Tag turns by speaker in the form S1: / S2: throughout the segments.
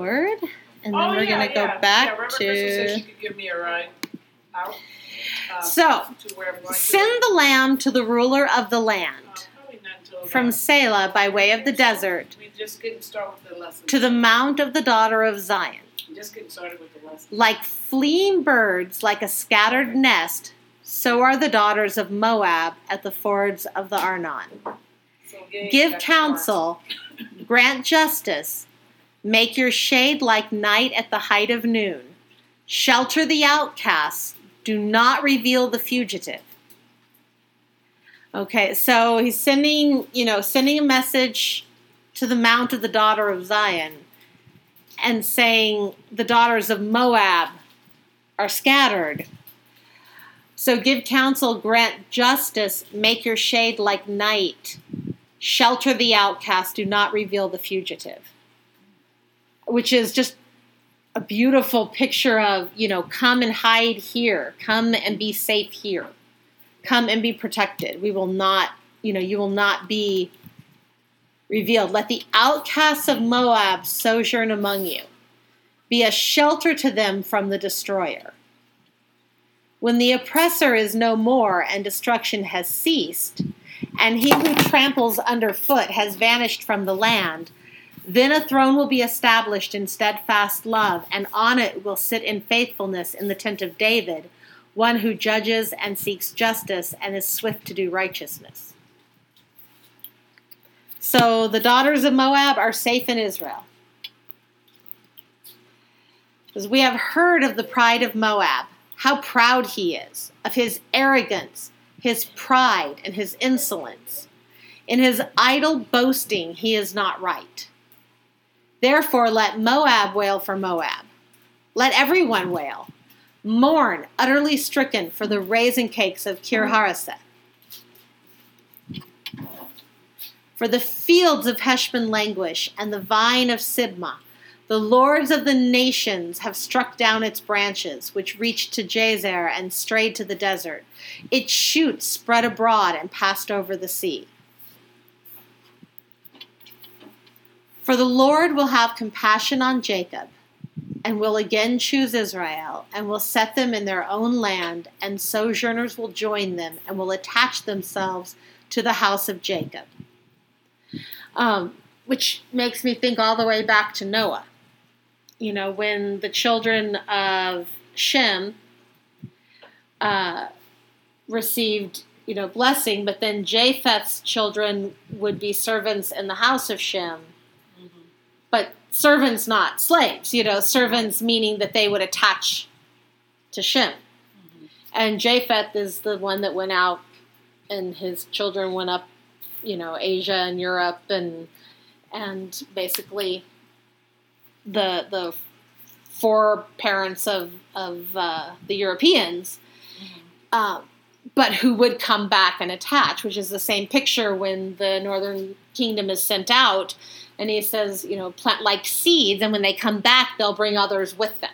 S1: forward, and then
S2: oh,
S1: we're
S2: yeah,
S1: gonna go
S2: yeah.
S1: back
S2: yeah, Reverend
S1: to.
S2: Crystal said she could give me a ride out. Um,
S1: So,
S2: to where I'm going to.
S1: Send the lamb to the ruler of the
S2: Um,
S1: land,
S2: probably not until
S1: from
S2: about-
S1: Selah by way of the desert
S2: We just getting started with the lesson.
S1: to the mount of the daughter of Zion.
S2: We just getting started with the lesson.
S1: Like fleeing birds, like a scattered nest, so are the daughters of Moab at the fords of the Arnon.
S2: So again,
S1: Give
S2: that's
S1: counsel, grant justice, make your shade like night at the height of noon. Shelter the outcast, do not reveal the fugitive. Okay, so he's sending, you know, sending a message to the mount of the daughter of Zion and saying the daughters of Moab are scattered. So give counsel, grant justice, make your shade like night. Shelter the outcast, do not reveal the fugitive. Which is just a beautiful picture of, you know, come and hide here, come and be safe here, come and be protected. We will not, you know, you will not be revealed. Let the outcasts of Moab sojourn among you, be a shelter to them from the destroyer. When the oppressor is no more and destruction has ceased, and he who tramples underfoot has vanished from the land, then a throne will be established in steadfast love, and on it will sit in faithfulness in the tent of David, one who judges and seeks justice and is swift to do righteousness. So the daughters of Moab are safe in Israel. Because we have heard of the pride of Moab, how proud he is, of his arrogance, his pride, and his insolence. In his idle boasting, he is not right. Therefore, let Moab wail for Moab. Let everyone wail. Mourn, utterly stricken, for the raisin cakes of Kir Hareseth. For the fields of Heshbon languish and the vine of Sibmah. The lords of the nations have struck down its branches, which reached to Jazer and strayed to the desert. Its shoots spread abroad and passed over the sea. For the Lord will have compassion on Jacob, and will again choose Israel, and will set them in their own land, and sojourners will join them, and will attach themselves to the house of Jacob. Um, which makes me think all the way back to Noah. You know, when the children of Shem uh, received, you know, blessing, but then Japheth's children would be servants in the house of Shem,
S2: Mhm.
S1: but servants, not slaves, you know, servants meaning that they would attach to Shem. And Japheth is the one that went out, and his children went up, you know, Asia and Europe, and and basically the the foreparents of of uh, the Europeans, uh, but who would come back and attach, which is the same picture when the Northern Kingdom is sent out, and he says, you know, plant like seeds, and when they come back, they'll bring others with them.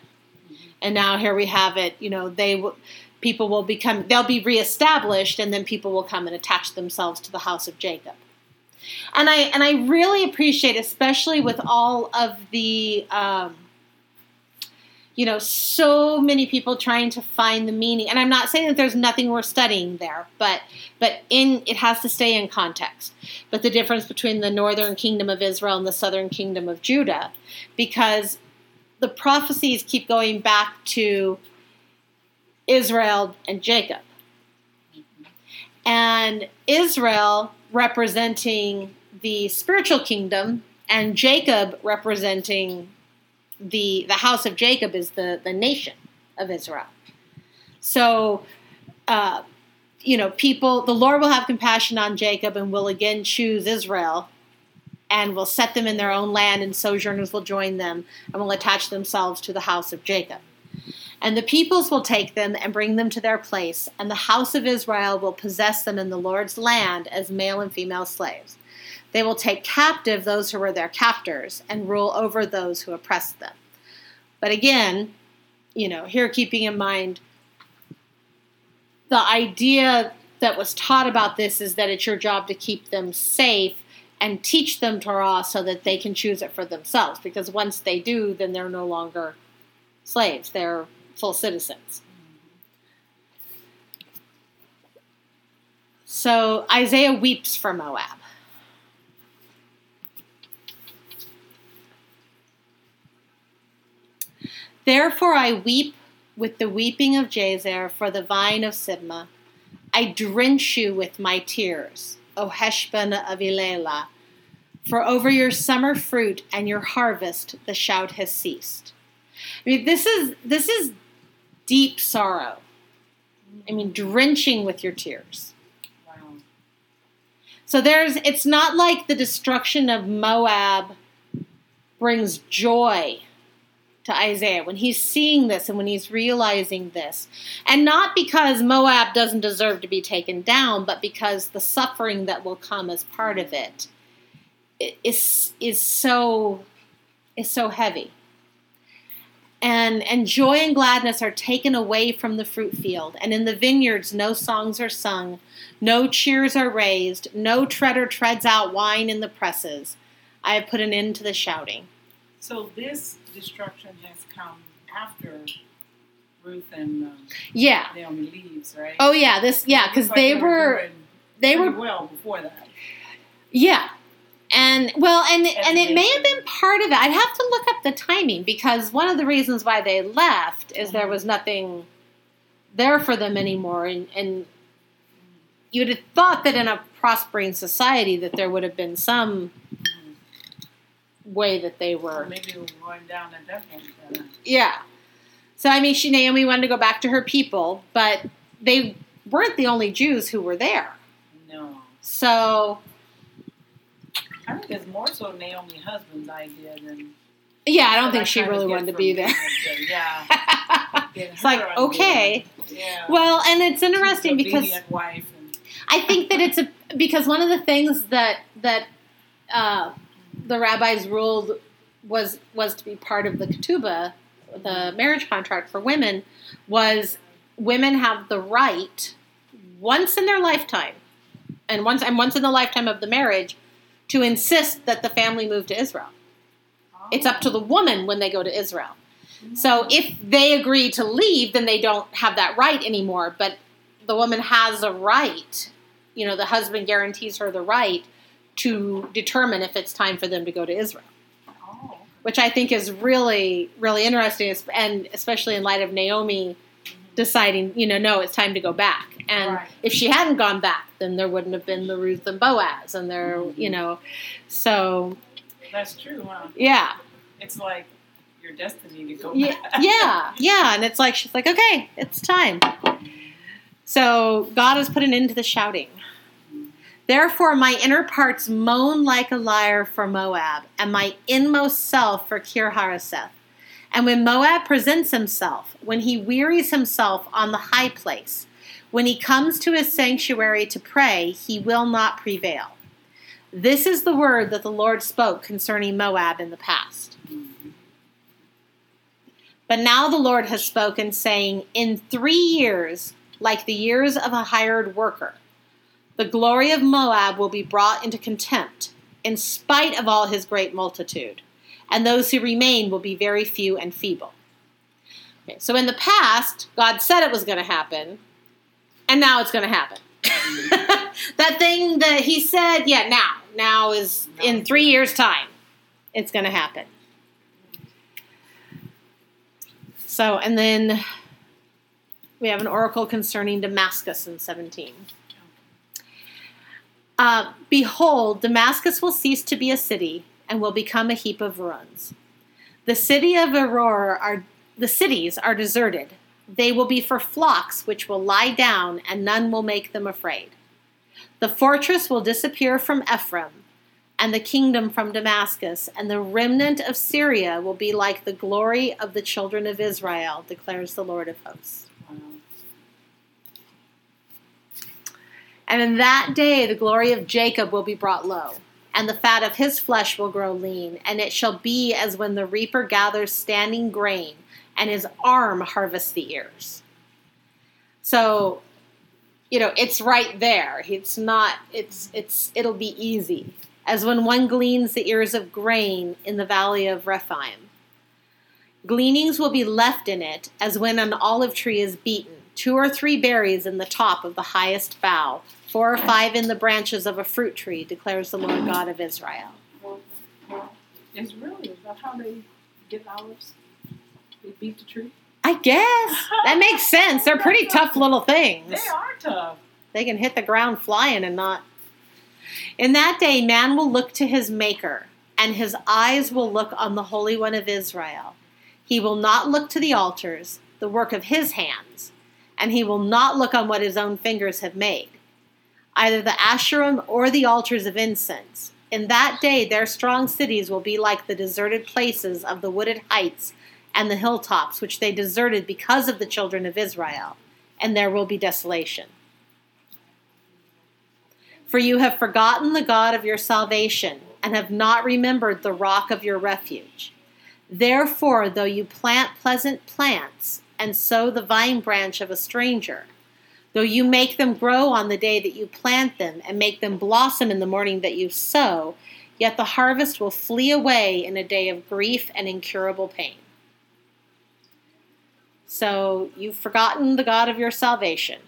S1: And now here we have it. You know, they w- people will become they'll be reestablished, and then people will come and attach themselves to the house of Jacob. And I and I really appreciate, especially with all of the. Um, you know, so many people trying to find the meaning, and I'm not saying that there's nothing we're studying there, but but in it has to stay in context. But the difference between the northern kingdom of Israel and the southern kingdom of Judah, because the prophecies keep going back to Israel and Jacob. And Israel representing the spiritual kingdom and Jacob representing the the house of Jacob is the, the nation of Israel. So uh, you know, people the Lord will have compassion on Jacob and will again choose Israel and will set them in their own land, and sojourners will join them and will attach themselves to the house of Jacob. And the peoples will take them and bring them to their place, and the house of Israel will possess them in the Lord's land as male and female slaves. They will take captive those who were their captors and rule over those who oppressed them. But again, you know, here keeping in mind the idea that was taught about this is that it's your job to keep them safe and teach them Torah so that they can choose it for themselves. Because once they do, then they're no longer slaves, they're full citizens. So Isaiah weeps for Moab. Therefore I weep with the weeping of Jazer for the vine of Sibmah. I drench you with my tears, O Heshbon of Elela, for over your summer fruit and your harvest the shout has ceased. I mean, this is this is deep sorrow. I mean, drenching with your tears.
S3: Wow.
S1: So there's it's not like the destruction of Moab brings joy to Isaiah when he's seeing this and when he's realizing this. And not because Moab doesn't deserve to be taken down, but because the suffering that will come as part of it i- is is so is so heavy. And and joy and gladness are taken away from the fruit field, and in the vineyards no songs are sung, no cheers are raised, no treader treads out wine in the presses. I have put an end to the shouting.
S3: So this destruction has come after Ruth and um,
S1: Yeah.
S3: Naomi leaves, right?
S1: Oh yeah, this yeah, because
S3: Like
S1: they were
S3: doing
S1: they
S3: pretty
S1: were
S3: well before that.
S1: yeah, and well, and and it
S3: they-
S1: may have been part of it. I'd have to look up the timing because one of the reasons why they left is there was nothing there for them anymore, and and you'd have thought that in a prospering society that there would have been some way that they
S3: Or
S1: were
S3: maybe we were going down at that point. then.
S1: Yeah. So I mean, she Naomi wanted to go back to her people, but they weren't the only Jews who were there.
S3: No.
S1: So
S3: I think it's more so Naomi's husband's idea than.
S1: yeah, I don't
S3: that
S1: think she
S3: kinda
S1: really
S3: get
S1: wanted to
S3: from
S1: be
S3: the-
S1: there.
S3: Yeah.
S1: it's like okay,
S3: Yeah.
S1: well, and it's interesting because
S3: Obedient wife and
S1: I think that it's a because one of the things that that uh, the rabbis ruled was was to be part of the ketubah, the marriage contract for women, was women have the right once in their lifetime, and once and once in the lifetime of the marriage, to insist that the family move to Israel. It's up to the woman when they go to Israel. So if they agree to leave, then they don't have that right anymore. But the woman has a right, you know, the husband guarantees her the right to determine if it's time for them to go to Israel,
S3: Oh,
S1: which I think is really, really interesting, es- and especially in light of Naomi deciding, you know, no, it's time to go back. And
S3: Right.
S1: if she hadn't gone back, then there wouldn't have been the Ruth and Boaz, and there, you know, so
S3: that's true, huh?
S1: yeah.
S3: It's like your destiny to go
S1: yeah,
S3: back.
S1: yeah, yeah. And it's like she's like, okay, it's time. So God has put an end to the shouting. Therefore, my inner parts moan like a lyre for Moab, and my inmost self for Kir Haraseth. And when Moab presents himself, when he wearies himself on the high place, when he comes to his sanctuary to pray, he will not prevail. This is the word that the Lord spoke concerning Moab in the past. But now the Lord has spoken, saying, In three years, like the years of a hired worker, the glory of Moab will be brought into contempt, in spite of all his great multitude, and those who remain will be very few and feeble. Okay, so in the past, God said it was going to happen, and now it's going to happen. that thing that he said, yeah, now, now is in three years' time, it's going to happen. So, and then we have an oracle concerning Damascus in 17. Uh, Behold, Damascus will cease to be a city and will become a heap of ruins. The city of Aurora are the cities are deserted. They will be for flocks which will lie down, and none will make them afraid. The fortress will disappear from Ephraim, and the kingdom from Damascus, and the remnant of Syria will be like the glory of the children of Israel, declares the Lord of hosts.
S3: Wow.
S1: And in that day the glory of Jacob will be brought low, and the fat of his flesh will grow lean, and it shall be as when the reaper gathers standing grain, and his arm harvests the ears. So, you know, it's right there. It's not. It's it's. It'll be easy. as when one gleans the ears of grain in the valley of Rephaim. Gleanings will be left in it as when an olive tree is beaten, two or three berries in the top of the highest bough, four or five in the branches of a fruit tree, declares the Lord God of Israel.
S3: It's really is that how they get olives? They beat the tree.
S1: I guess. That makes sense. They're pretty tough little
S3: They
S1: things.
S3: are tough.
S1: They can hit the ground flying and not. In that day, man will look to his Maker, and his eyes will look on the Holy One of Israel. He will not look to the altars, the work of his hands, and he will not look on what his own fingers have made, either the Asherim or the altars of incense. In that day, their strong cities will be like the deserted places of the wooded heights and the hilltops, which they deserted because of the children of Israel, and there will be desolation. For you have forgotten the God of your salvation, and have not remembered the rock of your refuge. Therefore, though you plant pleasant plants, and sow the vine branch of a stranger, though you make them grow on the day that you plant them, and make them blossom in the morning that you sow, yet the harvest will flee away in a day of grief and incurable pain. So you've forgotten the God of your salvation.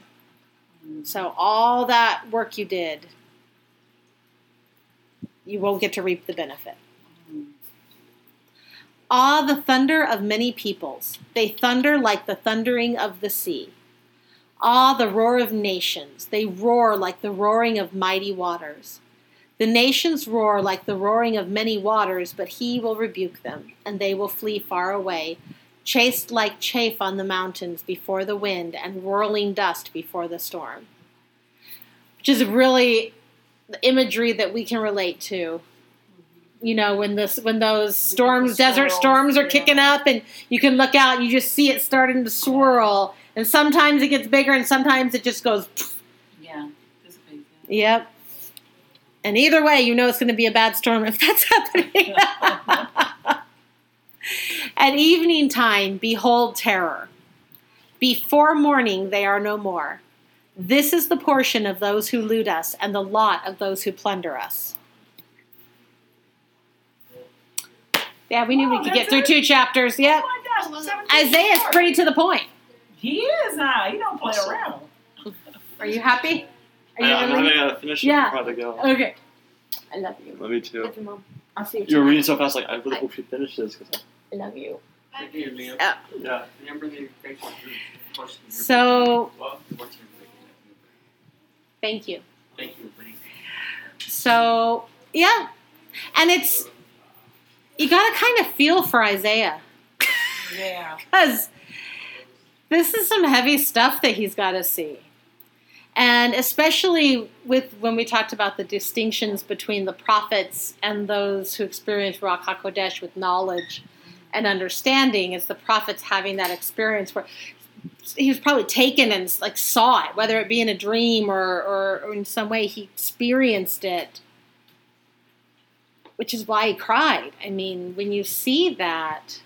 S1: So all that work you did, you won't get to reap the benefit. Ah, the thunder of many peoples. They thunder like the thundering of the sea. Ah, the roar of nations. They roar like the roaring of mighty waters. The nations roar like the roaring of many waters, but he will rebuke them, and they will flee far away, chased like chaff on the mountains before the wind and whirling dust before the storm. Which is really the imagery that we can relate to. You know, when this when those storms, desert storms are kicking up and you can look out and you just see it starting to swirl. And sometimes it gets bigger and sometimes it just goes
S3: Yeah, this big thing.
S1: Yep. And either way, you know it's going to be a bad storm if that's happening.
S3: Oh
S1: At evening time, behold terror. Before morning, they are no more. This is the portion of those who loot us and the lot of those who plunder us. Yeah, we knew we
S3: Oh,
S1: could get
S3: that's
S1: through
S3: it?
S1: two chapters. Yep.
S3: Oh my gosh, 17
S1: Isaiah's
S3: short.
S1: pretty to the point.
S3: He is now. He don't play around.
S1: Are you happy? Are you
S4: I, am
S1: really-
S4: running out of finishing
S1: Yeah.
S4: before I have to go.
S1: Okay. I love you.
S4: Let me too.
S1: Love you, Mom.
S3: I'll see
S4: You were reading so fast, like I really hope she finishes. 'cause I-
S1: I love you.
S5: Thank you, Liam.
S4: yeah.
S5: Remember the facial question.
S1: So,
S5: Well, what's your
S1: thank you.
S5: Thank you, Liam.
S1: So yeah, and it's you got to kind of feel for Isaiah
S3: Yeah.
S1: because this is some heavy stuff that he's got to see, and especially with when we talked about the distinctions between the prophets and those who experience Rock Hakodesh with knowledge and understanding. It's the prophets having that experience where. He was probably taken and like saw it, whether it be in a dream or, or, or in some way he experienced it which is why he cried. I mean, when you see that,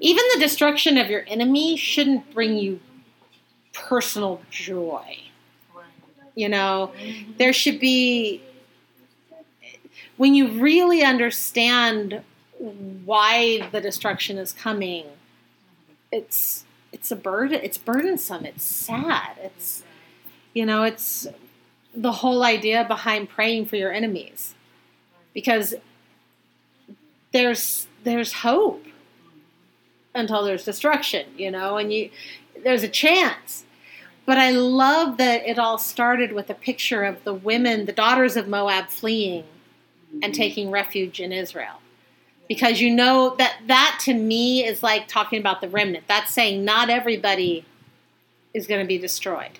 S1: even the destruction of your enemy shouldn't bring you personal joy. You know, there should be, when you really understand why the destruction is coming, it's it's a burden it's burdensome it's sad it's you know it's the whole idea behind praying for your enemies because there's there's hope until there's destruction you know and you there's a chance but i love that it all started with a picture of the women the daughters of moab fleeing and taking refuge in israel because you know that that to me is like talking about the remnant that's saying not everybody is going to be destroyed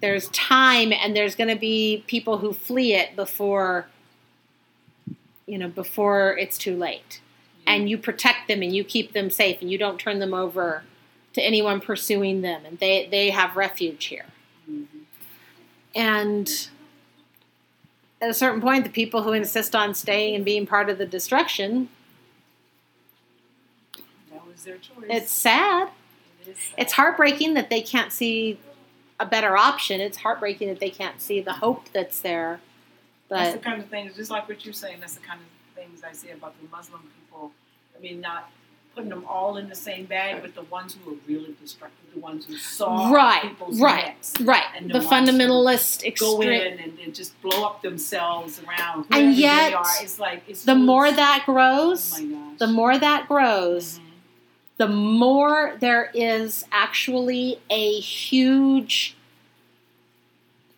S1: there's time and there's going to be people who flee it before you know before it's too late and you protect them and you keep them safe and you don't turn them over to anyone pursuing them and they they have refuge here and at a certain point the people who insist on staying and being part of the destruction
S3: That was their choice.
S1: it's sad
S3: It is sad.
S1: it's heartbreaking that they can't see a better option it's heartbreaking that they can't see the hope that's there
S3: that's the
S1: But
S3: kind of things, just like what you're saying, that's the kind of things I say about the Muslim people. I mean, not putting them all in the same bag, but the ones who are really destructive, the ones who saw
S1: Right,
S3: people's
S1: right.
S3: necks
S1: right,
S3: And
S1: the
S3: the ones who
S1: fundamentalist
S3: go
S1: extreme.
S3: in and, and just blow up themselves around.
S1: And
S3: wherever
S1: yet,
S3: they are. it's like it's
S1: The
S3: who's-
S1: more that
S3: oh
S1: grows,
S3: my gosh.
S1: the more that grows,
S3: Mhm.
S1: the more there is actually a huge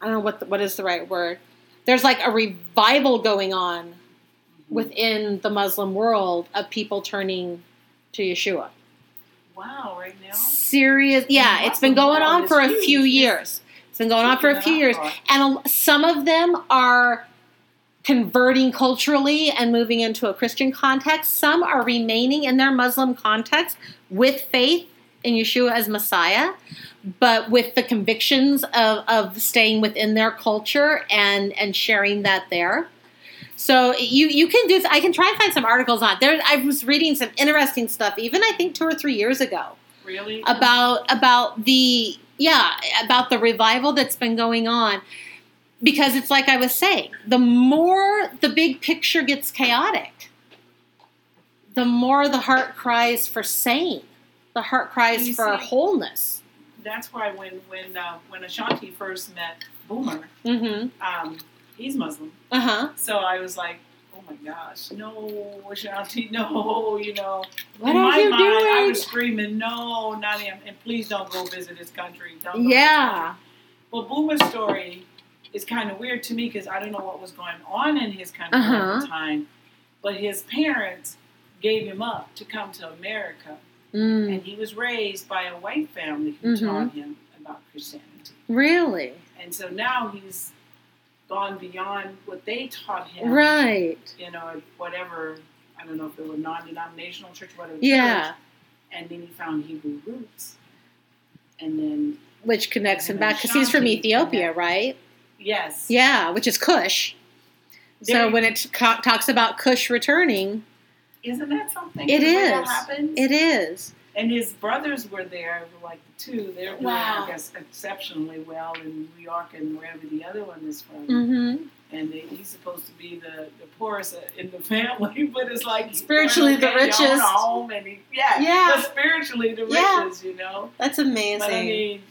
S1: I don't know what the, what is the right word. There's like a revival going on within the Muslim world of people turning to Yeshua.
S3: wow right now.
S1: Serious, yeah,
S3: The
S1: it's been
S3: Muslim
S1: going
S3: world
S1: on
S3: is
S1: for a
S3: huge.
S1: few
S3: It's-
S1: years. It's been going on for a few years, and a, some of them are converting culturally and moving into a Christian context. Some are remaining in their Muslim context with faith in Yeshua as Messiah, but with the convictions of, of staying within their culture and, and sharing that there. So you you can do. I can try and find some articles on there. I was reading some interesting stuff, even I think two or three years ago,
S3: Really?
S1: about about the yeah about the revival that's been going on because it's like i was saying the more the big picture gets chaotic the more the heart cries for sane the heart cries
S3: You
S1: for
S3: see?
S1: wholeness
S3: That's why when when uh, when Ashanti first met Boomer,
S1: mm-hmm
S3: um, he's Muslim.
S1: uh-huh
S3: So I was like, oh my gosh, no, Ashanti, no, you know.
S1: what
S3: In
S1: are
S3: my
S1: you
S3: mind, I
S1: doing
S3: was screaming, no, not him. And please don't go visit his country. Don't go visit his country.
S1: yeah
S3: Well, Boomer's story is kind of weird to me because I don't know what was going on in his country at
S1: Uh-huh.
S3: the time. But his parents gave him up to come to America.
S1: mm,
S3: And he was raised by a white family who
S1: Mhm.
S3: taught him about Christianity.
S1: really
S3: And so now he's gone beyond what they taught him
S1: right
S3: you know, whatever, I don't know if it was non-denominational church, whatever.
S1: yeah
S3: church, and then he found Hebrew roots. And then,
S1: which connects him
S3: And
S1: back because he's from
S3: Ashanti,
S1: ethiopia
S3: yeah.
S1: right
S3: yes.
S1: yeah which is kush so
S3: There-
S1: when it co- talks about kush returning
S3: Isn't that something?
S1: It
S3: the way That
S1: is.
S3: happens?
S1: It is.
S3: and his brothers were there, like the two. They were,
S1: Wow.
S3: I guess, exceptionally well in New York and wherever the other one is from.
S1: Mm-hmm.
S3: And they, he's supposed to be the, the poorest in the family, but it's like he's
S1: Spiritually the
S3: doing okay, he owned a
S1: richest.
S3: home and he, yeah,
S1: Yeah.
S3: but spiritually the
S1: Yeah.
S3: richest, you know.
S1: That's
S3: But I
S1: amazing.
S3: mean,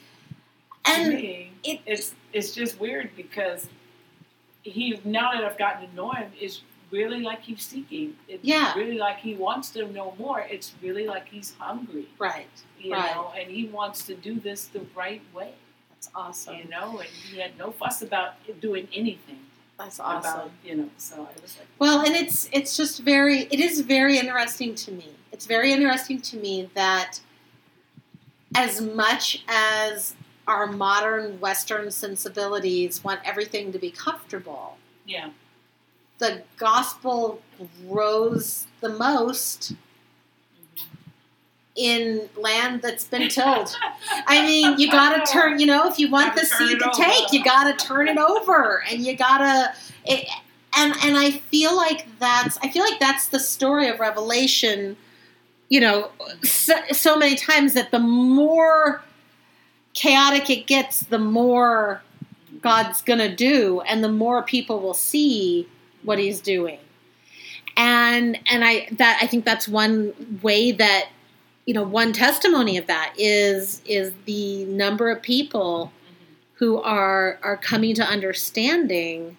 S3: to
S1: And
S3: me,
S1: it-
S3: it's it's just weird because he now that I've gotten to know him is really like he's seeking. It's
S1: Yeah.
S3: really like he wants to know more. It's really like he's hungry,
S1: right.
S3: you
S1: Right.
S3: know, and he wants to do this the right way,
S1: That's awesome.
S3: you know. And he had no fuss about doing anything
S1: That's
S3: about you know. So I was like,
S1: Well, and it's it's just very it is very interesting to me. It's very interesting to me that as much as our modern Western sensibilities want everything to be comfortable,
S3: yeah,
S1: the gospel grows the most in land that's been tilled. I mean, you gotta turn. You know, if you want
S3: Gotta
S1: the
S3: turn
S1: seed
S3: it
S1: to
S3: over.
S1: take, you gotta turn it over, and you gotta. It, and and I feel like that's I feel like that's the story of Revelation. You know, so, so many times that the more chaotic it gets, the more God's gonna do, and the more people will see what He's doing. And and I that I think that's one way that you know one testimony of that is is the number of people who are are coming to understanding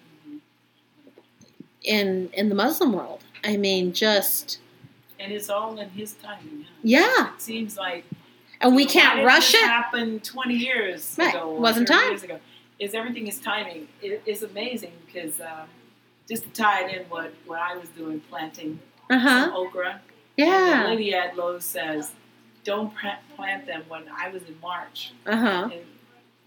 S1: in in the Muslim world. I mean, just
S3: and it's all in his timing. Huh?
S1: yeah,
S3: It seems like
S1: and we
S3: Why
S1: can't
S3: didn't
S1: rush
S3: this
S1: it.
S3: Happened twenty years
S1: Right.
S3: ago. or
S1: Wasn't
S3: 30
S1: time.
S3: Years ago. Is everything is timing? It, it's amazing because um, just to tie it in, what what I was doing planting
S1: Uh huh.
S3: some okra. And the
S1: Yeah.
S3: lady at Lowe's says, "Don't plant, plant them." When I was in March,
S1: Uh huh.
S3: and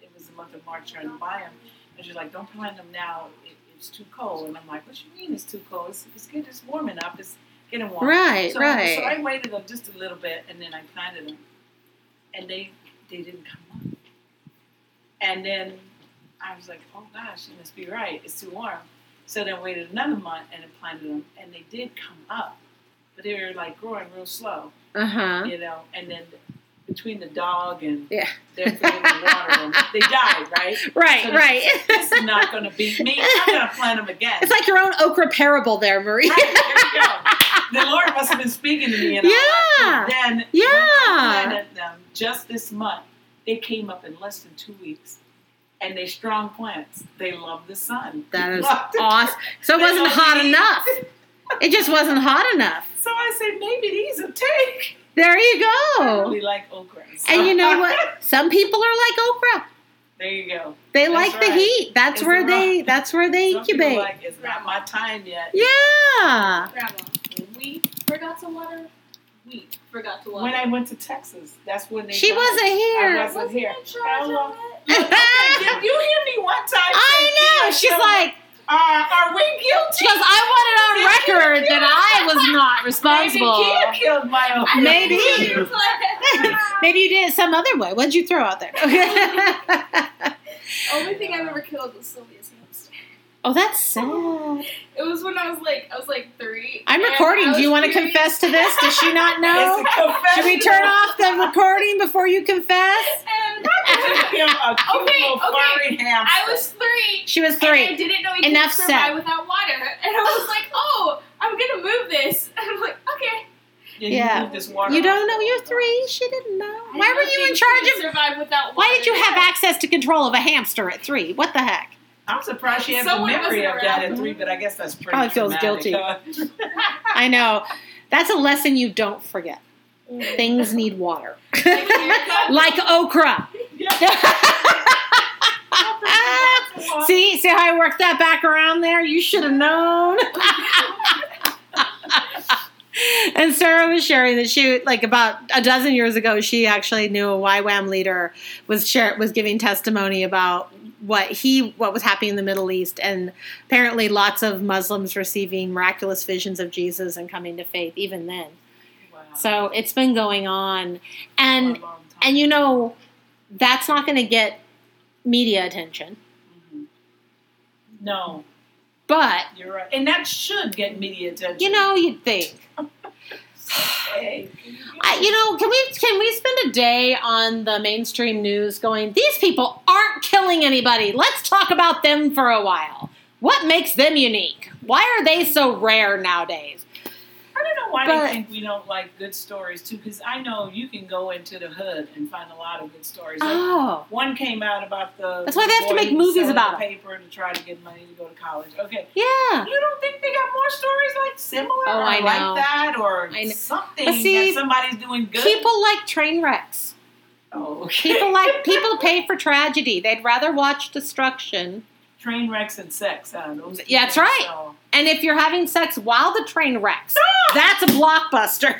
S3: it was the month of March trying to buy them, and she's like, "Don't plant them now. It, it's too cold." And I'm like, "What you mean it's too cold? It's, it's getting it's warming up. It's getting warm."
S1: Right.
S3: So, so
S1: Right.
S3: I waited them just a little bit, and then I planted them, and they they didn't come up. And then I was like, oh gosh, you must be right. It's too warm. So then I waited another month and then planted them, and they did come up, but they were like growing real slow,
S1: Uh huh.
S3: you know. And then between the dog and
S1: Yeah.
S3: their food in the water, and they died, right?
S1: Right,
S3: So
S1: right.
S3: This is not going to beat me. I'm going to plant them again.
S1: it's like your own okra parable there, Marie.
S3: Right, there you go. The Lord must have been speaking to me, and all
S1: Yeah.
S3: that. then when I
S1: Yeah.
S3: planted them just this month. They came up in less than two weeks, and they strong plants. They love the sun.
S1: That is
S3: Love the-
S1: awesome. So it
S3: They
S1: wasn't
S3: don't
S1: hot
S3: need-
S1: enough. It just wasn't hot enough.
S3: So I said maybe these will take.
S1: There you
S3: I
S1: go.
S3: really like okra. So-
S1: Oh. And you know what? Some people are like okra.
S3: there you go.
S1: They
S3: That's
S1: like the
S3: right.
S1: heat. That's
S3: It's
S1: where
S3: rough.
S1: they. That's where they
S3: Some people
S1: incubate.
S3: like it's not my time yet.
S1: yeah.
S6: Grandma, we forgot to water. We forgot to water.
S3: When I went to Texas, that's when they.
S1: She
S3: died.
S1: wasn't
S3: I
S1: here.
S3: wasn't
S6: wasn't
S3: here.
S6: in charge of it.
S3: Did you hear me one time? say,
S1: I know.
S3: "Yes,
S1: She's
S3: I'm
S1: like,
S3: Uh, are we
S1: she
S3: guilty?
S1: goes. I want it on record that I was not responsible.
S3: Maybe Kia killed my own.
S6: I
S1: Maybe.
S6: didn't hear you play.
S1: Maybe you did it some other way. What'd you throw out there?
S6: Only thing I've ever killed was Sylvia's hamster.
S1: oh, that's sad.
S6: It was when I was like, I was like three.
S1: I'm
S6: and
S1: recording.
S6: I
S1: Do you
S6: was
S1: want to
S6: curious-
S1: confess to this? Does she not know?
S3: It's a confession.
S1: Should we turn off the recording before you confess?
S6: And
S3: Give him a cute
S6: Okay,
S3: little
S6: okay.
S3: furry hamster.
S6: I was three.
S1: She was
S6: And I
S1: three.
S6: didn't know you
S1: Enough
S6: could survive
S1: said.
S6: without water. And I was like, oh, I'm gonna move this. And I'm like, okay.
S3: Yeah. you
S1: yeah.
S3: moved this water
S1: You don't
S3: off.
S1: know you're three. She didn't know.
S6: I
S1: Why
S6: didn't
S1: were
S6: know
S1: you in
S6: things
S1: charge
S6: couldn't
S1: of
S6: Survive without water.
S1: Why did you have access to control of a hamster at three? What the heck?
S3: I'm surprised she has a
S6: Someone
S3: memory of
S6: wasn't
S3: that
S6: around.
S3: at three, but I guess that's pretty
S1: Probably feels
S3: traumatic,
S1: guilty.
S3: huh?
S1: I know. That's a lesson you don't forget. Things need water. like okra.
S3: Yeah.
S1: see, see how I worked that back around there? You should have known. and Sarah was sharing that she, like about a dozen years ago, she actually knew a YWAM leader was share, was giving testimony about what he what was happening in the Middle East, and apparently lots of Muslims receiving miraculous visions of Jesus and coming to faith even then.
S3: Wow.
S1: So it's been going on,
S3: For a
S1: and
S3: long time.
S1: and you know, that's not going to get media attention,
S3: Mhm. No,
S1: but
S3: you're right. And that should get media attention.
S1: you know, you'd think.
S3: Hey.
S1: I, you know, can we can we spend a day on the mainstream news going? These people aren't killing anybody. Let's talk about them for a while. What makes them unique? Why are they so rare nowadays?
S3: I don't know why
S1: But-
S3: they think we don't like good stories too, because I know you can go into the hood and find a lot of good stories. Like,
S1: Oh,
S3: One came out about the.
S1: That's why they have to
S3: boy
S1: make
S3: who was
S1: movies
S3: selling
S1: about
S3: the
S1: 'em.
S3: paper to try to get money to go to college. Okay,
S1: yeah.
S3: you don't think they got more stories like similar
S1: Oh,
S3: or
S1: I know.
S3: like that or
S1: I know.
S3: something
S1: But see,
S3: that somebody's doing good?
S1: People like train wrecks.
S3: oh, okay.
S1: People like people pay for tragedy. They'd rather watch destruction.
S3: train wrecks and sex. Huh? Those
S1: Yeah, that's
S3: things,
S1: right.
S3: so-
S1: And if you're having sex while the train wrecks, that's a blockbuster.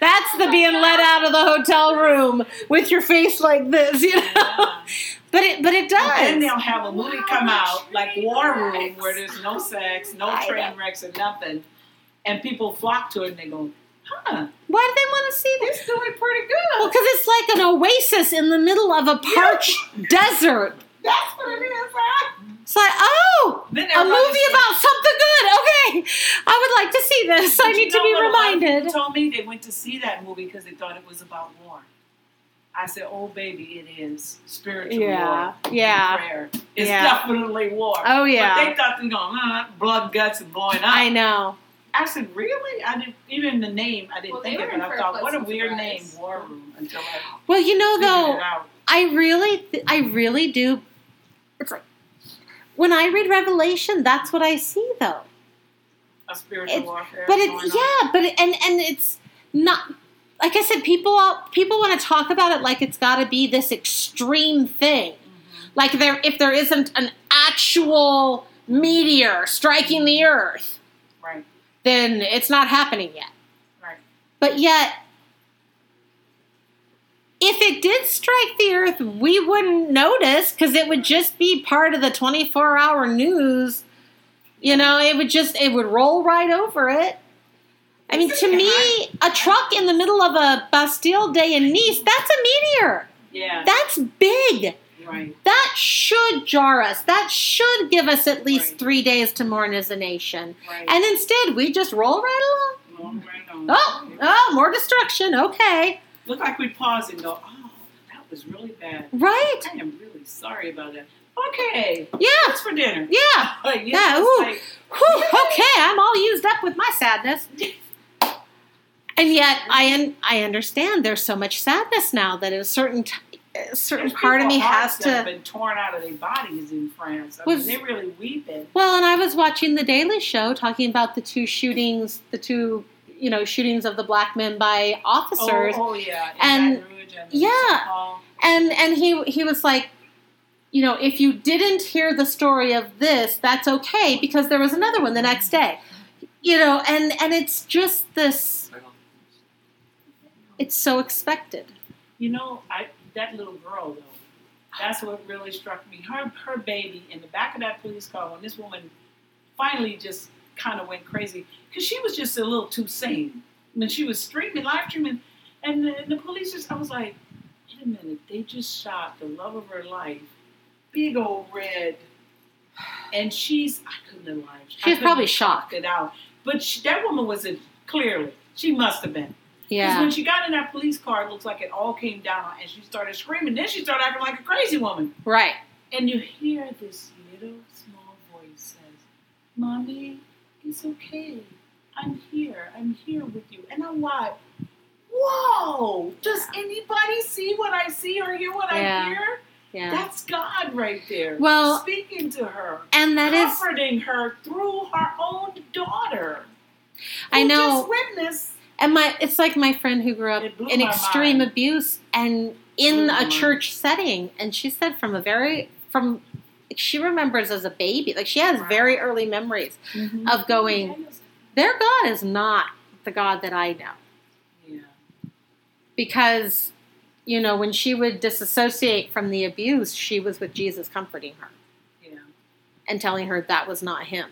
S1: that's the being let out of the hotel room with your face like this, you know.
S3: Yeah.
S1: But it but it
S3: And then
S1: does.
S3: they'll have a movie come out like War Room where there's no sex, no
S1: I
S3: train wrecks, and nothing, and people flock to it and they go, "Huh,
S1: Why do they want to see this?
S3: it's doing pretty good."
S1: Well, because it's like an oasis in the middle of a parched desert.
S3: That's what it is. Huh?
S1: It's like, oh,
S3: Then
S1: a
S3: everybody
S1: movie
S3: said-
S1: about something good. Okay, I would like to see this. I
S3: But you
S1: need to
S3: know
S1: be
S3: what? A lot of people
S1: reminded.
S3: Told me they went to see that movie because they thought it was about war. I said, "Oh, baby, it is spiritual
S1: Yeah,
S3: war.
S1: yeah.
S3: prayer. It's
S1: Yeah.
S3: definitely war."
S1: Oh
S3: But
S1: yeah,
S3: they thought they were going uh, blood, guts, and blowing up.
S1: I know.
S3: I said, "Really?" I didn't even the name. I didn't
S6: Well, they
S3: think of
S6: were
S3: it.
S6: in for
S3: I
S6: a
S3: thought, "What a
S6: pleasant
S3: weird
S6: surprise.
S3: name, War Room." Until I
S1: Well, you know
S3: figured
S1: though,
S3: it out.
S1: I really, th- I really do. It's like when I read Revelation, that's what I see though.
S3: A spiritual
S1: it's-
S3: warfare.
S1: But
S3: going
S1: it's
S3: on.
S1: yeah, but it- and and it's not. Like I said, people people want to talk about it like it's got to be this extreme thing.
S3: Mm-hmm.
S1: Like there, if there isn't an actual meteor striking the Earth,
S3: Right.
S1: then it's not happening yet.
S3: Right.
S1: But yet, if it did strike the earth, we wouldn't notice because it would just be part of the 24 hour news. You know, it would just, it would roll right over it. I mean, to me, a truck in the middle of a Bastille Day in Nice, that's a meteor.
S3: Yeah.
S1: That's big.
S3: right.
S1: That should jar us. That should give us at least
S3: Right.
S1: three days to mourn as a nation.
S3: Right.
S1: And instead, we just roll right along.
S3: Long right on. Um,
S1: Oh, oh, more destruction. Okay,
S3: Look like we pause and go, oh, that was really bad.
S1: right?
S3: I am really sorry about that. Okay,
S1: Yeah,
S3: what's for dinner?
S1: yeah.
S3: Like, you know,
S1: Yeah,
S3: it's
S1: ooh.
S3: like,
S1: Whew, okay, I'm all used up with my sadness. And yet, I un- I understand there's so much sadness now that a certain t- a certain
S3: there's
S1: part of me
S3: people
S1: has
S3: hearts that Have
S1: to.
S3: been torn out of their bodies in France. I
S1: Was-
S3: mean, they're really weeping.
S1: Well, and I was watching The Daily Show talking about the two shootings, the two you know shootings of the black men by officers,
S3: Oh, oh yeah, in
S1: And-
S3: Baton Rouge and
S1: yeah.
S3: St. Paul.
S1: and and he he was like, you know, if you didn't hear the story of this, that's okay because there was another one the next day, you know, and and it's just this. It's so expected.
S3: You know, I that little girl though. That's what really struck me. Her her baby in the back of that police car when this woman finally just kind of went crazy because she was just a little too sane. When she was streaming, live streaming, and the, and the police just, I was like, wait a minute, they just shot the love of her life, big old red, and she's I couldn't have lied. I
S1: She was
S3: couldn't
S1: probably
S3: have
S1: shocked.
S3: it out, but she, that woman was a clearly she must have been. Because
S1: Yeah.
S3: when she got in that police car, it looks like it all came down and she started screaming. Then she started acting like a crazy woman.
S1: Right.
S3: And you hear this little small voice says, Mommy, it's okay. I'm here. I'm here with you. And I'm like, Whoa! Does anybody see what I see or hear what
S1: Yeah.
S3: I hear?
S1: Yeah.
S3: That's God right there.
S1: Well-
S3: speaking to her.
S1: And that is
S3: comforting her through her own daughter.
S1: I
S3: who
S1: know.
S3: Just witnessed
S1: and my it's like my friend who grew up
S3: It blew
S1: in
S3: my
S1: extreme
S3: mind.
S1: abuse and in
S3: Blew my
S1: a
S3: mind.
S1: church setting and she said from a very from she remembers as a baby like she has very early memories
S3: Mm-hmm.
S1: of going their god is not the god that I know
S3: Yeah.
S1: because you know when she would disassociate from the abuse she was with Jesus comforting her
S3: Yeah.
S1: and telling her that was not him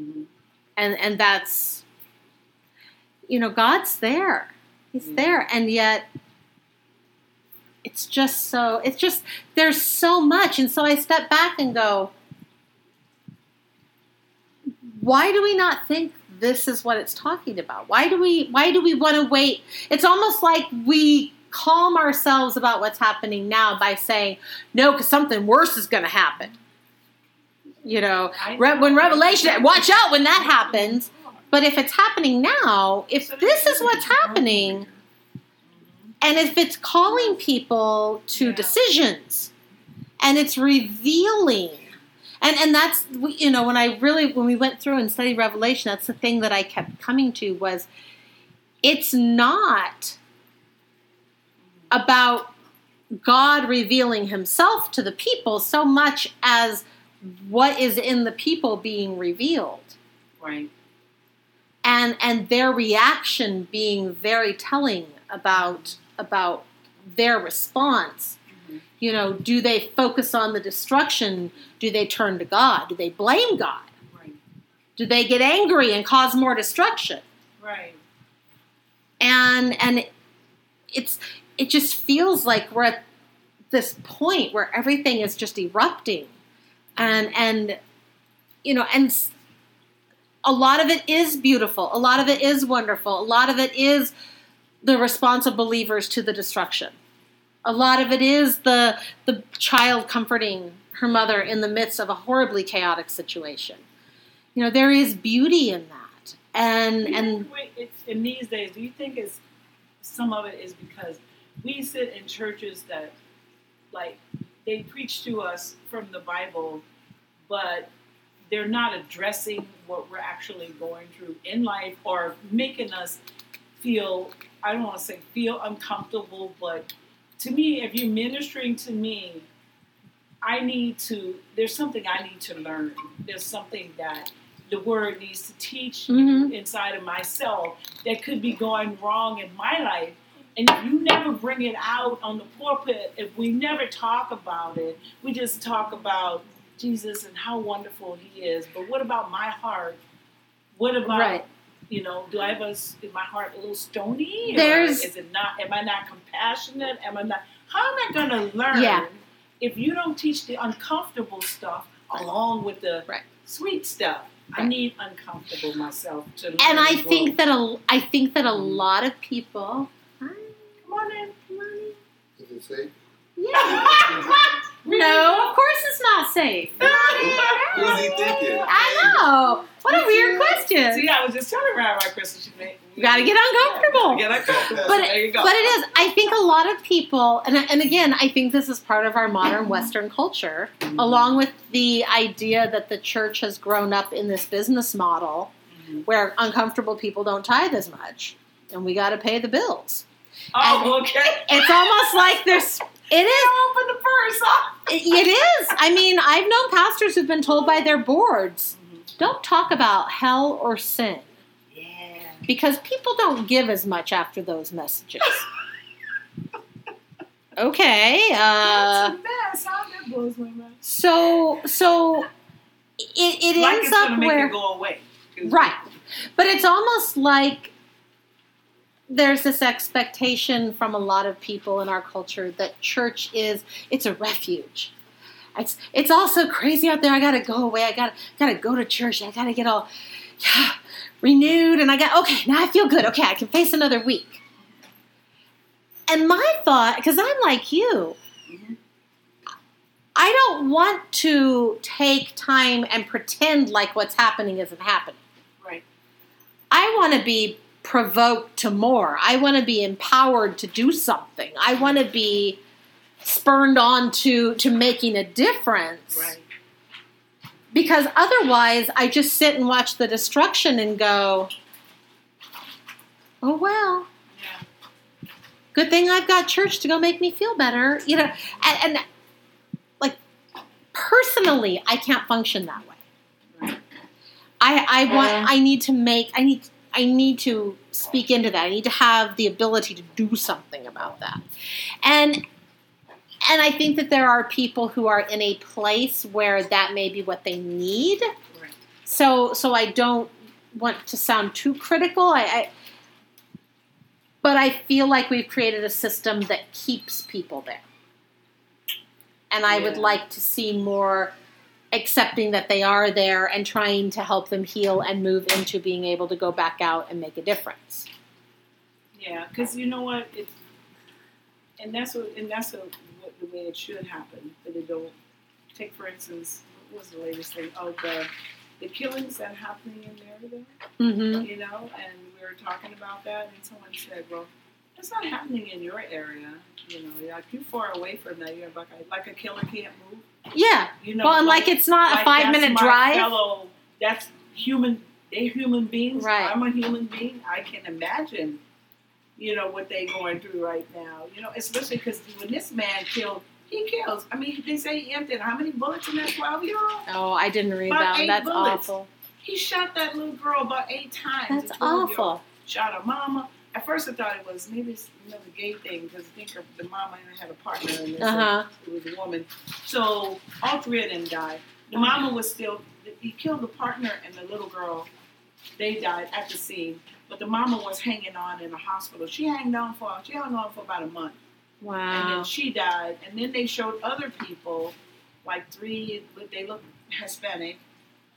S3: Mhm.
S1: and and that's you know god's there he's
S3: Yeah.
S1: there and yet it's just so it's just there's so much and so i step back and go why do we not think this is what it's talking about why do we why do we want to wait it's almost like we calm ourselves about what's happening now by saying no because something worse is going to happen you know
S3: I
S1: Re-
S3: know.
S1: when Revelation, watch out when that happens. But if it's happening now, if this is what's happening, and if it's calling people to
S3: Yeah.
S1: decisions, and it's revealing, and and that's we- you know when I really when we went through and studied Revelation, that's the thing that I kept coming to was, it's not about God revealing Himself to the people so much as what is in the people being revealed
S3: Right.
S1: and and their reaction being very telling about about their response
S3: Mhm.
S1: you know do they focus on the destruction do they turn to god do they blame god
S3: Right.
S1: do they get angry and cause more destruction
S3: Right.
S1: and and it's it just feels like we're at this point where everything is just erupting and and you know and s- a lot of it is beautiful a lot of it is wonderful a lot of it is the response of believers to the destruction a lot of it is the the child comforting her mother in the midst of a horribly chaotic situation you know there is beauty in that and
S3: Do you
S1: and
S3: think we- it's, in these days, do you think it's some of it is because we sit in churches that, like, they preach to us from the Bible, but they're not addressing what we're actually going through in life or making us feel, I don't want to say feel uncomfortable, but to me, if you're ministering to me, I need to, there's something I need to learn. There's something that the word needs to teach
S1: Mhm.
S3: inside of myself that could be going wrong in my life. And if you never bring it out on the pulpit, if we never talk about it, we just talk about Jesus and how wonderful he is. But what about my heart? What about
S1: Right.
S3: you know, do I have a s is my heart a little stony? Or
S1: There's-
S3: is it not am I not compassionate? Am I not how am I gonna learn
S1: Yeah.
S3: if you don't teach the uncomfortable stuff along with the
S1: Right.
S3: sweet stuff? I need uncomfortable myself to.
S1: And I
S3: learn
S1: think
S3: growth.
S1: that a, I think that a lot of people.
S3: Come on in. Come on in.
S7: Is it safe?
S1: No, of course it's not safe.
S7: Who's he thinking?
S1: I know. What a weird question.
S3: See, I was just telling Ryan right, Crystal. She made.
S1: You gotta get uncomfortable.
S3: Get uncomfortable.
S1: But
S3: so there you go.
S1: But it is. I think a lot of people, and and again, I think this is part of our modern Western culture, along with the idea that the church has grown up in this business model where uncomfortable people don't tithe as much, and we got to pay the bills.
S3: oh, okay.
S1: It's almost like there's. It is.
S3: Open the purse. Oh.
S1: It is. I mean, I've known pastors who've been told by their boards, "Don't talk about hell or sin,"
S3: Yeah.
S1: because people don't give as much after those messages. Okay. Uh,
S3: That's a mess. How that blows my mind.
S1: So so it, it
S3: like
S1: ends
S3: it's gonna
S1: up
S3: make
S1: where
S3: it go away. 'Cause-
S1: right, but it's almost like there's this expectation from a lot of people in our culture that church is it's a refuge. It's it's all so crazy out there. I gotta go away. I gotta gotta go to church. I gotta get all yeah, renewed, and I got okay. Now I feel good. Okay, I can face another week. And my thought, because I'm like you, I don't want to take time and pretend like what's happening isn't happening.
S3: Right.
S1: I want to be provoked to more. I want to be empowered to do something. I want to be spurned on to to making a difference.
S3: Right.
S1: Because otherwise, I just sit and watch the destruction and go, "Oh well."
S3: Yeah.
S1: Good thing I've got church to go make me feel better, you know. And, and like personally, I can't function that way. I I want I need to make I need I need to speak into that. I need to have the ability to do something about that. And and I think that there are people who are in a place where that may be what they need.
S3: Right.
S1: So so I don't want to sound too critical. I, I but I feel like we've created a system that keeps people there. And I would
S3: Yeah.
S1: like to see more accepting that they are there and trying to help them heal and move into being able to go back out and make a difference.
S3: Yeah, because you know what, it, and that's what, and that's what, what the way it should happen. That it don't take, for instance, what was the latest thing? Oh, the the killings that are happening in Maryville,
S1: Mm-hmm.
S3: you know, and we were talking about that, and someone said, "Well, it's not happening in your area, you know, like you're far away from that. You're like, like a killer can't move,
S1: Yeah.
S3: you know."
S1: Well, and like it's not a
S3: like,
S1: five
S3: that's
S1: minute
S3: my
S1: drive.
S3: Fellow, that's human. They're human beings.
S1: Right.
S3: I'm a human being. I can imagine, you know, what they're going through right now. You know, especially because when this man killed, he kills. I mean, they say he emptied how many bullets in that twelve-year-old?
S1: Oh, I didn't read
S3: About
S1: that. one.
S3: eight
S1: That's
S3: bullets.
S1: awful.
S3: He shot that little girl about eight times.
S1: That's
S3: the 12-year-old
S1: awful.
S3: Shot her mama. At first, I thought it was maybe it's another gay thing because I think of the mama and I had a partner in this.
S1: Uh huh.
S3: It was a woman. So all three of them died. The mama was still. He killed the partner and the little girl. They died at the scene, but the mama was hanging on in the hospital. She hanged on for she hung on for about a month, and
S1: Wow.
S3: then she died. And then they showed other people, like three, but they look Hispanic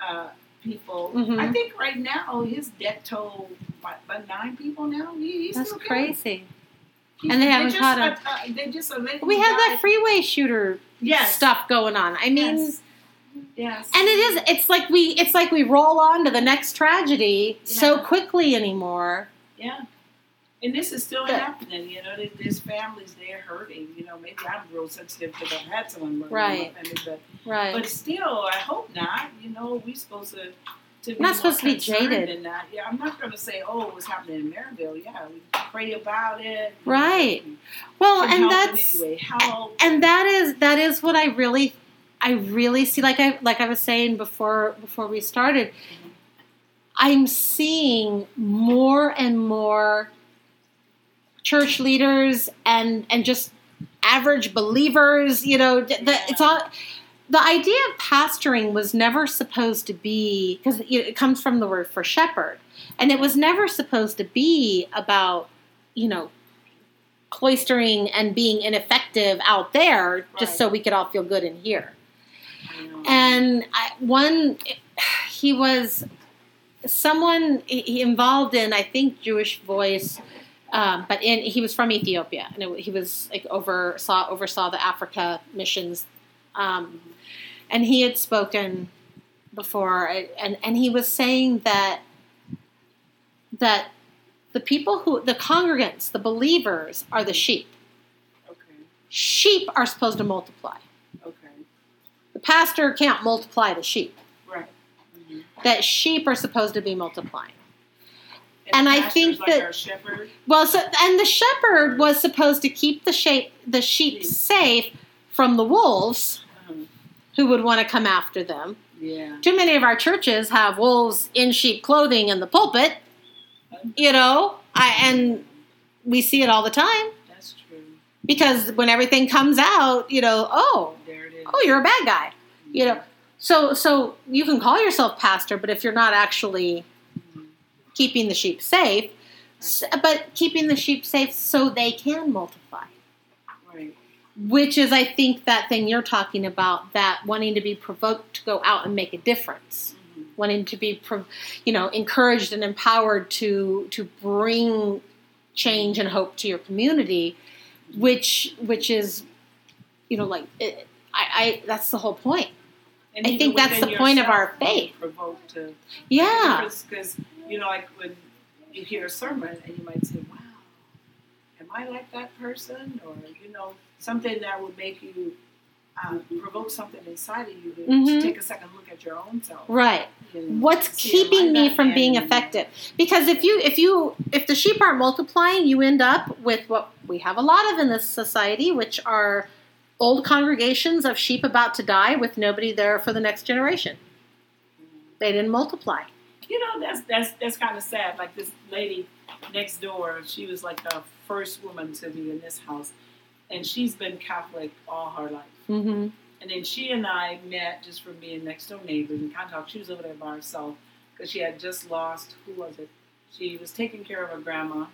S3: uh, people.
S1: Mhm.
S3: I think right now his death toll what, about nine people now. He, he's
S1: That's
S3: still
S1: crazy.
S3: Killing.
S1: And they
S3: They
S1: haven't
S3: just,
S1: caught
S3: uh, uh, they just a lady
S1: We have that
S3: died.
S1: freeway shooter
S3: yes.
S1: stuff going on. I mean,
S3: Yes. Yes.
S1: and it is. It's like we. It's like we roll on to the next tragedy so
S3: Yeah.
S1: quickly anymore.
S3: Yeah. And this is still
S1: But-
S3: happening, you know. there- There's families there hurting, you know. Maybe I'm real sensitive because I've had someone murder
S1: Right.
S3: my family, but,
S1: Right.
S3: but still, I hope not. You know, we supposed to to be
S1: Not
S3: more
S1: supposed to be
S3: concerned
S1: jaded.
S3: than that. Yeah, I'm not going to say, oh, it was happening in Maryville. Yeah, we pray about it. you know,
S1: Right.
S3: and
S1: well, and
S3: help in
S1: that's.
S3: any way. help.
S1: and that is that is what I really I really see like I like I was saying before before we started I'm seeing more and more church leaders and and just average believers you know th- the, it's all the idea of pastoring was never supposed to be because it comes from the word for shepherd and it was never supposed to be about you know cloistering and being ineffective out there just
S3: Right.
S1: so we could all feel good in here
S3: You know.
S1: and I, one he was someone he- he involved in, I think, Jewish voice, um, but in he was from Ethiopia, and it, he was like oversaw oversaw the Africa missions, um, and he had spoken before, and and he was saying that that the people who the congregants, the believers, are the sheep.
S3: Okay.
S1: Sheep are supposed to multiply.
S3: Okay.
S1: The pastor can't multiply the sheep.
S3: Right.
S1: That sheep are supposed to be multiplying. And
S3: the
S1: I
S3: pastor's
S1: think
S3: like
S1: that-
S3: our shepherd.
S1: Well, so, and the shepherd was supposed to keep the shape, the sheep safe from the wolves
S3: Um,
S1: who would want to come after them.
S3: yeah.
S1: Too many of our churches have wolves in sheep clothing in the pulpit, you know, I, and we see it all the time
S3: That's true.
S1: because when everything comes out, you know, oh,
S3: There it is.
S1: oh, you're a bad guy. you know, So, so you can call yourself pastor, but if you're not actually keeping the sheep safe, s- but keeping the sheep safe so they can multiply,
S3: Right.
S1: which is, I think, that thing you're talking about, that wanting to be provoked to go out and make a difference,
S3: Mhm.
S1: wanting to be, pro- you know, encouraged and empowered to to bring change and hope to your community, which which is, you know, like it, I, I that's the whole point.
S3: And
S1: I
S3: even
S1: think that's
S3: within
S1: the point of
S3: yourself,
S1: our faith.
S3: you're Provoked to
S1: Yeah.
S3: Because you know, like when you hear a sermon and you might say, "Wow, am I like that person?" Or you know, something that would make you um, provoke something inside of you to
S1: Mhm.
S3: take a second look at your own self.
S1: Right. What's keeping me from being effective? Because if you if you if the sheep aren't multiplying, you end up with what we have a lot of in this society, which are old congregations of sheep about to die with nobody there for the next generation. They didn't multiply.
S3: You know, that's that's that's kind of sad. Like this lady next door, she was like the first woman to be in this house, and she's been Catholic all her life.
S1: Mm-hmm.
S3: And then she and I met just from being next door neighbors and kind of talked. She was over there by herself because she had just lost, who was it? She was taking care of her grandma,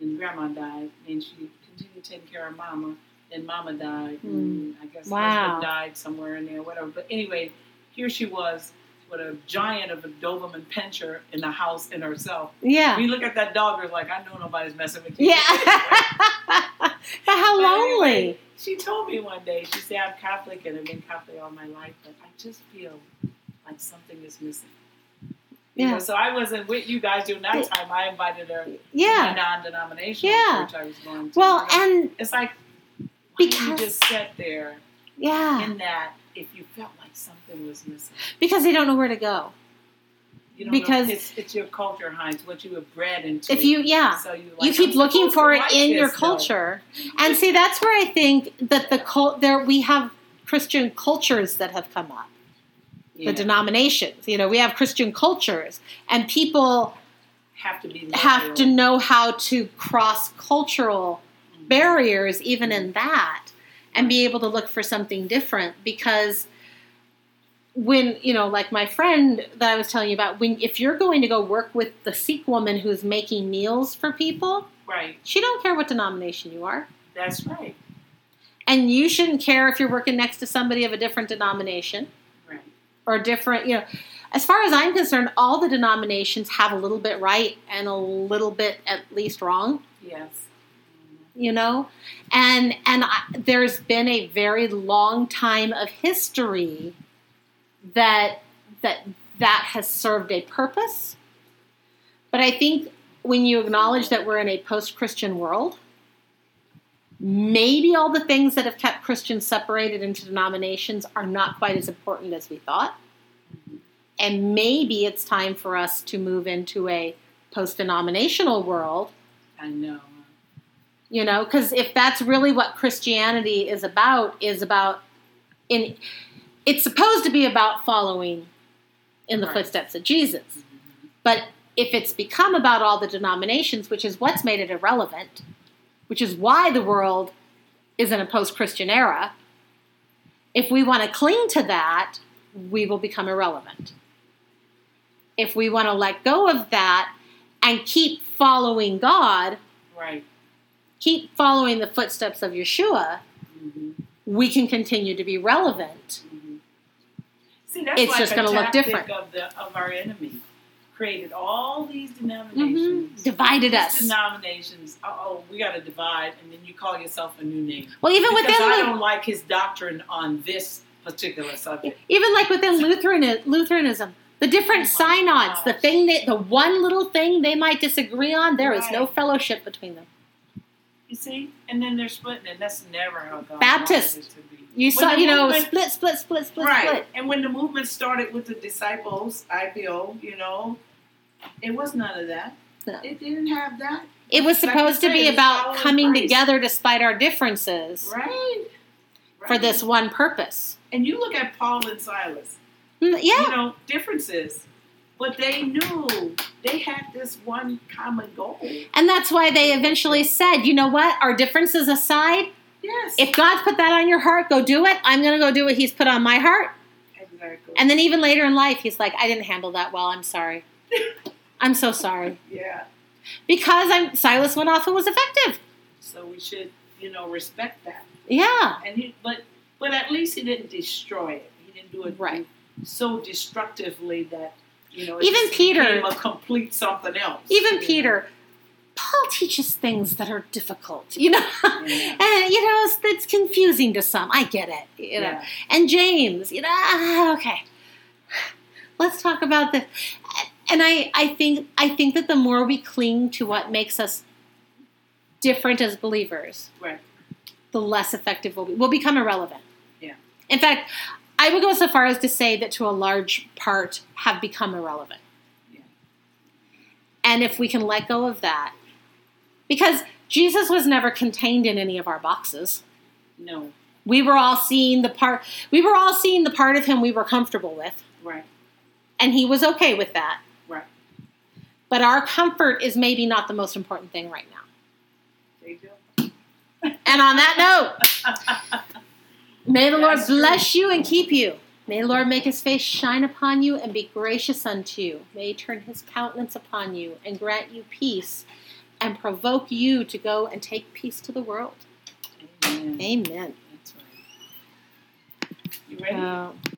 S3: and grandma died, and she continued taking care of mama, and mama died, and I guess
S1: Hmm. Wow.
S3: husband died somewhere in there, whatever. But anyway, here she was with a giant of a Doberman pincher in the house in herself.
S1: Yeah.
S3: We look at that dog, we're like, I know nobody's messing with you.
S1: Yeah. but how
S3: But
S1: lonely.
S3: anyway, she told me one day, she said, I'm Catholic and I've been Catholic all my life, but I just feel like something is missing. You know,
S1: Yeah.
S3: so I wasn't with you guys during that time. I invited her to my
S1: Yeah.
S3: non denominational
S1: Yeah.
S3: church I was going to.
S1: Well,
S3: You know,
S1: and
S3: it's like why didn't
S1: Because-
S3: you just sat there
S1: yeah,
S3: in that if you felt like something was missing.
S1: because they don't know where to go.
S3: You don't
S1: Because-
S3: know, it's, it's your culture, Heinz, what you were bred into.
S1: If you yeah,
S3: so you,
S1: you
S3: like,
S1: keep
S3: I'm
S1: looking
S3: supposed
S1: for
S3: to
S1: it
S3: like
S1: in your
S3: this, though.
S1: culture and see that's where i think that the cult there we have christian cultures that have come up
S3: Yeah.
S1: the denominations you know we have christian cultures and people
S3: have to be
S1: have to
S3: liberal.
S1: know how to cross cultural barriers even in
S3: Mm-hmm.
S1: that and be able to look for something different because when you know like my friend that i was telling you about when if you're going to go work with the sikh woman who's making meals for people
S3: Right.
S1: she don't care what denomination you are.
S3: That's right.
S1: And you shouldn't care if you're working next to somebody of a different denomination
S3: Right.
S1: or different, you know. As far as I'm concerned, all the denominations have a little bit right and a little bit at least wrong,
S3: Yes.
S1: you know. And and I, there's been a very long time of history that that that has served a purpose. But I think when you acknowledge that we're in a post-Christian world, maybe all the things that have kept Christians separated into denominations are not quite as important as we thought. And maybe it's time for us to move into a post-denominational world,
S3: I know.
S1: you know, cuz if that's really what Christianity is about is about in it's supposed to be about following in the
S3: Right.
S1: footsteps of Jesus. But if it's become about all the denominations, which is what's made it irrelevant, which is why the world is in a post Christian era, if we want to cling to that, we will become irrelevant. If we want to let go of that and keep following God,
S3: Right.
S1: keep following the footsteps of Yeshua,
S3: hmm
S1: we can continue to be relevant.
S3: See, that's
S1: It's
S3: like
S1: just
S3: a
S1: gonna look
S3: tactic
S1: different.
S3: Of, the, of our enemy, created all these
S1: hmm
S3: denominations.
S1: Divided
S3: These
S1: us.
S3: denominations. Oh, we got to divide, and then you call yourself a new name.
S1: Well, even
S3: because I
S1: within Lu-
S3: don't like his doctrine on this particular subject.
S1: even like within Lutheran Lutheranism, the different
S3: Oh my
S1: synods, the
S3: gosh.
S1: thing that the one little thing they might disagree on, there is no
S3: Right.
S1: fellowship between them.
S3: You see, and then they're splitting, and that's never how God
S1: Baptist.
S3: wanted it to be.
S1: You
S3: When
S1: saw,
S3: the
S1: you know,
S3: movement-
S1: split, split, split, split,
S3: right.
S1: split.
S3: And when the movement started with the disciples, IPO, you know, it was none of that.
S1: No.
S3: It didn't have that,
S1: It was
S3: Like you
S1: supposed to
S3: say,
S1: be
S3: it's
S1: about
S3: following
S1: coming
S3: Christ.
S1: together despite our differences
S3: right?
S1: for
S3: Right.
S1: this one purpose.
S3: And you look at Paul and Silas.
S1: Mm, Yeah,
S3: you know, differences. But they knew they had this one common goal.
S1: and that's why they eventually said, you know what, our differences aside,
S3: Yes.
S1: if God's put that on your heart, go do it. I'm going to go do what He's put on my heart.
S3: exactly.
S1: And then even later in life, he's like, I didn't handle that well. I'm sorry. I'm so sorry.
S3: yeah.
S1: Because I'm Silas went off and was effective.
S3: So we should, you know, respect that.
S1: Yeah.
S3: And he, but but at least he didn't destroy it. He didn't do it
S1: Right.
S3: so destructively that you know it
S1: Even
S3: just
S1: Peter-
S3: became a complete something else.
S1: Even
S3: you
S1: Peter, Paul teaches things that are difficult, you know.
S3: know? Yeah.
S1: and you know, it's, it's confusing to some. I get it. You know.
S3: Yeah.
S1: And James, you know, ah, okay. Let's talk about this. And I, I think I think that the more we cling to what makes us different as believers,
S3: Right.
S1: the less effective we'll be. We'll become irrelevant.
S3: Yeah.
S1: In fact, I would go so far as to say that to a large part have become irrelevant.
S3: Yeah.
S1: And if we can let go of that, because Jesus was never contained in any of our boxes.
S3: No.
S1: We were all seeing the part we were all seeing the part of him we were comfortable with,
S3: Right.
S1: and he was okay with that.
S3: Right.
S1: But our comfort is maybe not the most important thing right now.
S3: There you go.
S1: And on that note, may the Lord
S3: That's true.
S1: bless you and keep you. May the Lord make his face shine upon you and be gracious unto you. May he turn his countenance upon you and grant you peace and provoke you to go and take peace to the world.
S3: Amen.
S1: Amen.
S3: That's right. You ready?
S1: Uh,